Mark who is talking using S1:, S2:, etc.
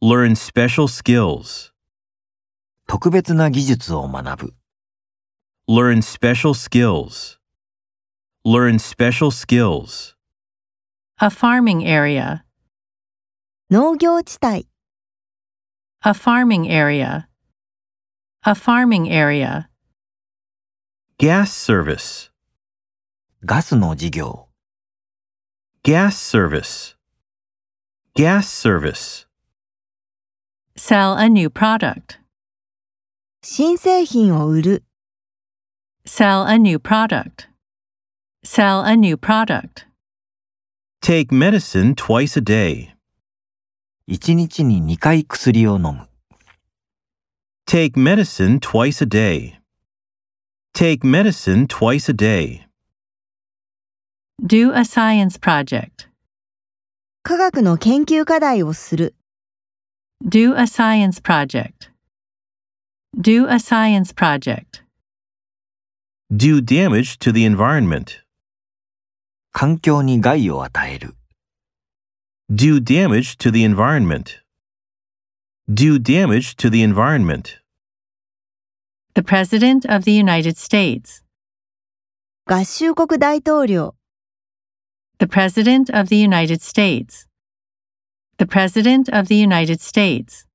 S1: Learn special skills.
S2: 特別な技術を学ぶ。
S1: Learn special skills. Learn special skills.
S3: A farming area.
S4: 農業地帯、
S3: A farming area. A farming area.
S1: Gas service.
S2: ガスの事業。
S1: Gas service. Gas service.
S3: Sell a new product.
S4: 新製品を売る、
S3: Sell a new product. Sell a new product.
S1: Take medicine twice a day.
S2: 1日に2回薬を飲む。
S1: Take medicine twice a day. Take medicine twice a day.
S3: Do a science project.
S4: 科学の研究課題をする、
S3: Do a science project. Do a science project.
S1: Do damage to the environment.
S2: 環境に害を与える。
S1: Do damage to the environment. Do damage to the environment.
S3: The President of the United States.
S4: 合衆国大統領、
S3: The President of the United States. The President of the United States.